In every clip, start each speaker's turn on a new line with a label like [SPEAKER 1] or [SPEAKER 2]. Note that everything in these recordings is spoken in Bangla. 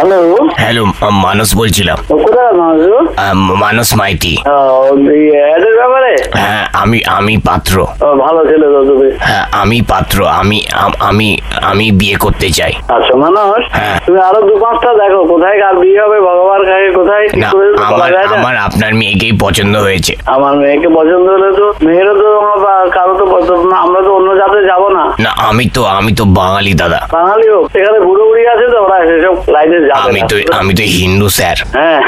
[SPEAKER 1] হ্যালো
[SPEAKER 2] হ্যালো আম- মানস বলছিলাম
[SPEAKER 1] কোথায় আছো মাজু
[SPEAKER 2] আম, মানস মাইতি
[SPEAKER 1] অ্যাডের ব্যাপারে
[SPEAKER 2] হ্যাঁ আমি আমি পাত্র
[SPEAKER 1] ও, ভালো ছেলে তো তুমি
[SPEAKER 2] হ্যাঁ আমি পাত্র আমি আম- আমি আমি বিয়ে করতে চাই
[SPEAKER 1] আচ্ছা মানস
[SPEAKER 2] হ্যাঁ।
[SPEAKER 1] তুমি আরো দু পাঁচটা দেখো কোথায় কার বিয়ে হবে ভগবান খাকে কোথায় কি
[SPEAKER 2] না
[SPEAKER 1] করে তো বলা
[SPEAKER 2] আমার
[SPEAKER 1] যায় না।
[SPEAKER 2] আমার আপনার মেয়েকেই পছন্দ হয়েছে
[SPEAKER 1] আমার মেয়েকে পছন্দ হলে তো মেয়েরও তো আমার বা- কারো তো পছন্দ না আমরা তো অন্য জাতে যাব না
[SPEAKER 2] না আমি তো আমি তো বাঙালি দাদা
[SPEAKER 1] বাঙালি হোক সেখানে বুড়ো বুড়ি আছে তো ওরা সেসব লাইনে যাবে
[SPEAKER 2] আমি
[SPEAKER 1] না
[SPEAKER 2] তো আমি তো হিন্দু স্যার
[SPEAKER 1] হ্যাঁ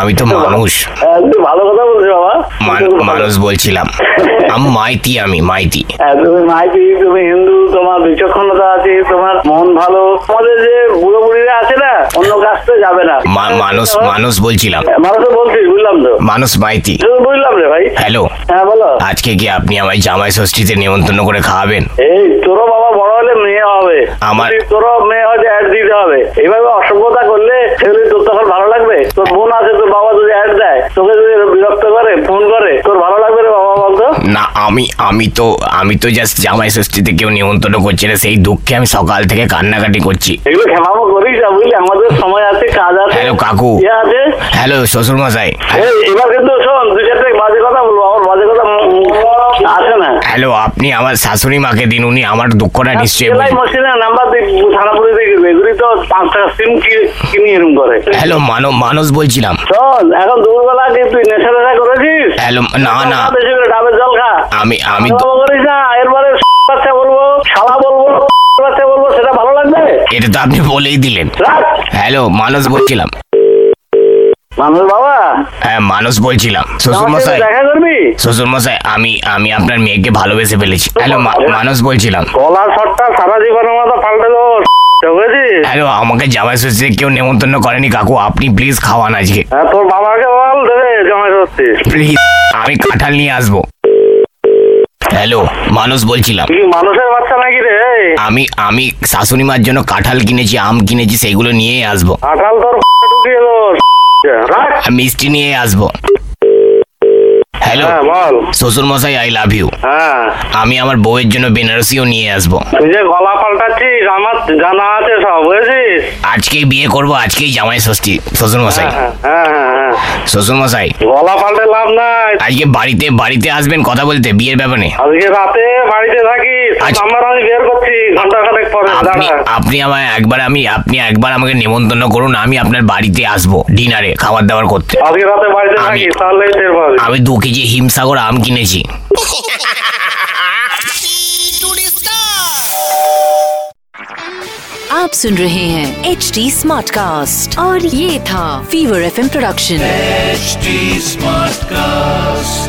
[SPEAKER 2] আমি তো মানুষ
[SPEAKER 1] হ্যাঁ, তুমি ভালো কথা বলছো বাবা
[SPEAKER 2] মান-
[SPEAKER 1] তুমি ভালো।
[SPEAKER 2] মানুষ বলছিলাম আমি মাইতি আমি মাইতি
[SPEAKER 1] হ্যাঁ, তুমি মাইতি তুমি হিন্দু তোমার বিচক্ষণতা আছে তোমার মন ভালো আমাদের যে বুড়ো বুড়িরা আছে না অন্য কাজতে যাবে না
[SPEAKER 2] মা- মানুষ মানুষ বলছিলাম
[SPEAKER 1] হ্যাঁ, মানুষ তো বলছিস বুঝলাম তো
[SPEAKER 2] মানুষ মাইতি
[SPEAKER 1] শুধু বুঝলাম রে ভাই
[SPEAKER 2] হ্যালো
[SPEAKER 1] হ্যাঁ বলো
[SPEAKER 2] আজকে কি আপনি আমায় জামাই ষষ্ঠীতে নিমন্ত্রণ করে খাওয়াবেন
[SPEAKER 1] এই তোরও বাবা বড় হলে মেয়ে হবে
[SPEAKER 2] আমার-
[SPEAKER 1] তুই- তোরও মেয়ে হয়তো অ্যাড দিতে হবে এইভাবে অসভ্যতা করলে সেগুলি তোর তখন ভালো লাগবে তোর বোন আছে তোর বাবা যদি অ্যাড দেয় তোকে যদি বিরক্ত করে ফোন করে তোর ভালো লাগবে রে বাবা বলতো
[SPEAKER 2] না আমি আমি তো আমি তো জাস্ট জামাই ষষ্ঠীতে কেউ নিমন্ত্রণ করছে না সেই দুঃখে আমি সকাল থেকে কান্নাকাটি করছি
[SPEAKER 1] এগুলো খেলামো করিস না বুঝলি আমাদের সময় আছে কাজ আছে
[SPEAKER 2] হ্যালো, কাকু।
[SPEAKER 1] ইয়ে আছে
[SPEAKER 2] হ্যালো শ্বশুর মশাই
[SPEAKER 1] এই, এবার কিন্তু শোন দুই চারটে বাজে কথা বলবো আমার বাজে কথা মু- মু- আসে না
[SPEAKER 2] হ্যালো আপনি আমার শাশুড়ি মাকে দিন উনি আমার দুঃখটা নিশ্চয়ই
[SPEAKER 1] হ্যাঁ, সেলাই
[SPEAKER 2] বুঝবেন।
[SPEAKER 1] মেশিনের নাম্বার দিয়ে থানাপুরি দিয়ে গেছে এগুলি তো পাঁচ টাকা সিম কি- কিনে এরম করে
[SPEAKER 2] হ্যালো মানব মানস বলছিলাম
[SPEAKER 1] শোন এখন দুপুরবেলা কি তুই নেশা টেশা করেছিস
[SPEAKER 2] হ্যালো হ্যাঁ, না না
[SPEAKER 1] বেশি করে ডাবের জল খা
[SPEAKER 2] আমি আমি তো-
[SPEAKER 1] ভালো করিস না এরপরে বাচ্চা বলবো শালা বলবো বাচ্চা বলবো সেটা ভালো লাগবে
[SPEAKER 2] এটা তো আপনি বলেই দিলেন
[SPEAKER 1] রাখ।
[SPEAKER 2] হ্যালো মানস বলছিলাম
[SPEAKER 1] মানুষ বাবা
[SPEAKER 2] হ্যাঁ মানস বলছিলাম শ্বশুর
[SPEAKER 1] আমার সাথে
[SPEAKER 2] মশাই
[SPEAKER 1] দেখা করবি
[SPEAKER 2] শ্বশুর মশাই আমি আমি আপনার মেয়েকে ভালোবেসে ফেলেছি হ্যালো মা- মানস বলছিলাম
[SPEAKER 1] গলার শটটা সারা জীবনের মতো পাল্টে দেবো বুঝেছিস
[SPEAKER 2] হ্যালো আমাকে জামাই ষষ্ঠীতে কেউ নেমন্তন্ন করেনি কাকু আপনি প্লিজ খাওয়ান আজকে
[SPEAKER 1] হ্যাঁ, তোর বাবাকে বল দেবে জমা করতে
[SPEAKER 2] প্লিজ আমি কাঁঠাল নিয়ে আসবো হ্যালো মানুষ বলছিলাম
[SPEAKER 1] কি মানুষের বাচ্চা নাকি রে
[SPEAKER 2] আমি আমি শাশুড়ি মার জন্য কাঁঠাল কিনেছি আম কিনেছি সেইগুলো নিয়েই আসবো
[SPEAKER 1] আঠাল তোর ঢুকিয়ে তোর রাখ
[SPEAKER 2] আর মিষ্টি নিয়ে আসবো হ্যালো
[SPEAKER 1] হ্যাঁ বল
[SPEAKER 2] শ্বশুর মশাই আই লাভ ইউ
[SPEAKER 1] হ্যাঁ
[SPEAKER 2] আমি আমার বউয়ের জন্য বেনারসিও নিয়ে আসবো
[SPEAKER 1] তুই যে গলা পাল্টাচ্ছিস আমার জানা আছে সব বুঝেছিস
[SPEAKER 2] আজকেই বিয়ে করব আজকেই জামাই ষষ্ঠী শ্বশুর মশাই
[SPEAKER 1] হ্যাঁ, হ্যাঁ হ্যাঁ হ্যাঁ।
[SPEAKER 2] শ্বশুর মশাই
[SPEAKER 1] গলা পাল্টে লাভ নাই
[SPEAKER 2] আজকে বাড়িতে বাড়িতে আসবেন কথা বলতে বিয়ের ব্যাপারে
[SPEAKER 1] আজকে রাতে বাড়িতে থাকিস
[SPEAKER 2] আচ্ছা।
[SPEAKER 1] আমার আমি বের করছি ঘন্টা খানেক পরে
[SPEAKER 2] আপনি
[SPEAKER 1] হ্যাঁ, দাঁড়া
[SPEAKER 2] আপনি আমায় একবার আমি আপনি একবার আমাকে নিমন্ত্রণ করুন আমি আপনার বাড়িতে আসবো ডিনারে খাবার দাবার করতে
[SPEAKER 1] আজকে রাতে বাড়িতে
[SPEAKER 2] আমি-
[SPEAKER 1] থাকিস তাহলে টের পাবি
[SPEAKER 2] আমি দু কেজি হিমসাগর আম কিনেছি
[SPEAKER 3] आप सुन रहे हैं एच डी स्मार्ट कास्ट और ये था fever F production
[SPEAKER 4] HD Smartcast.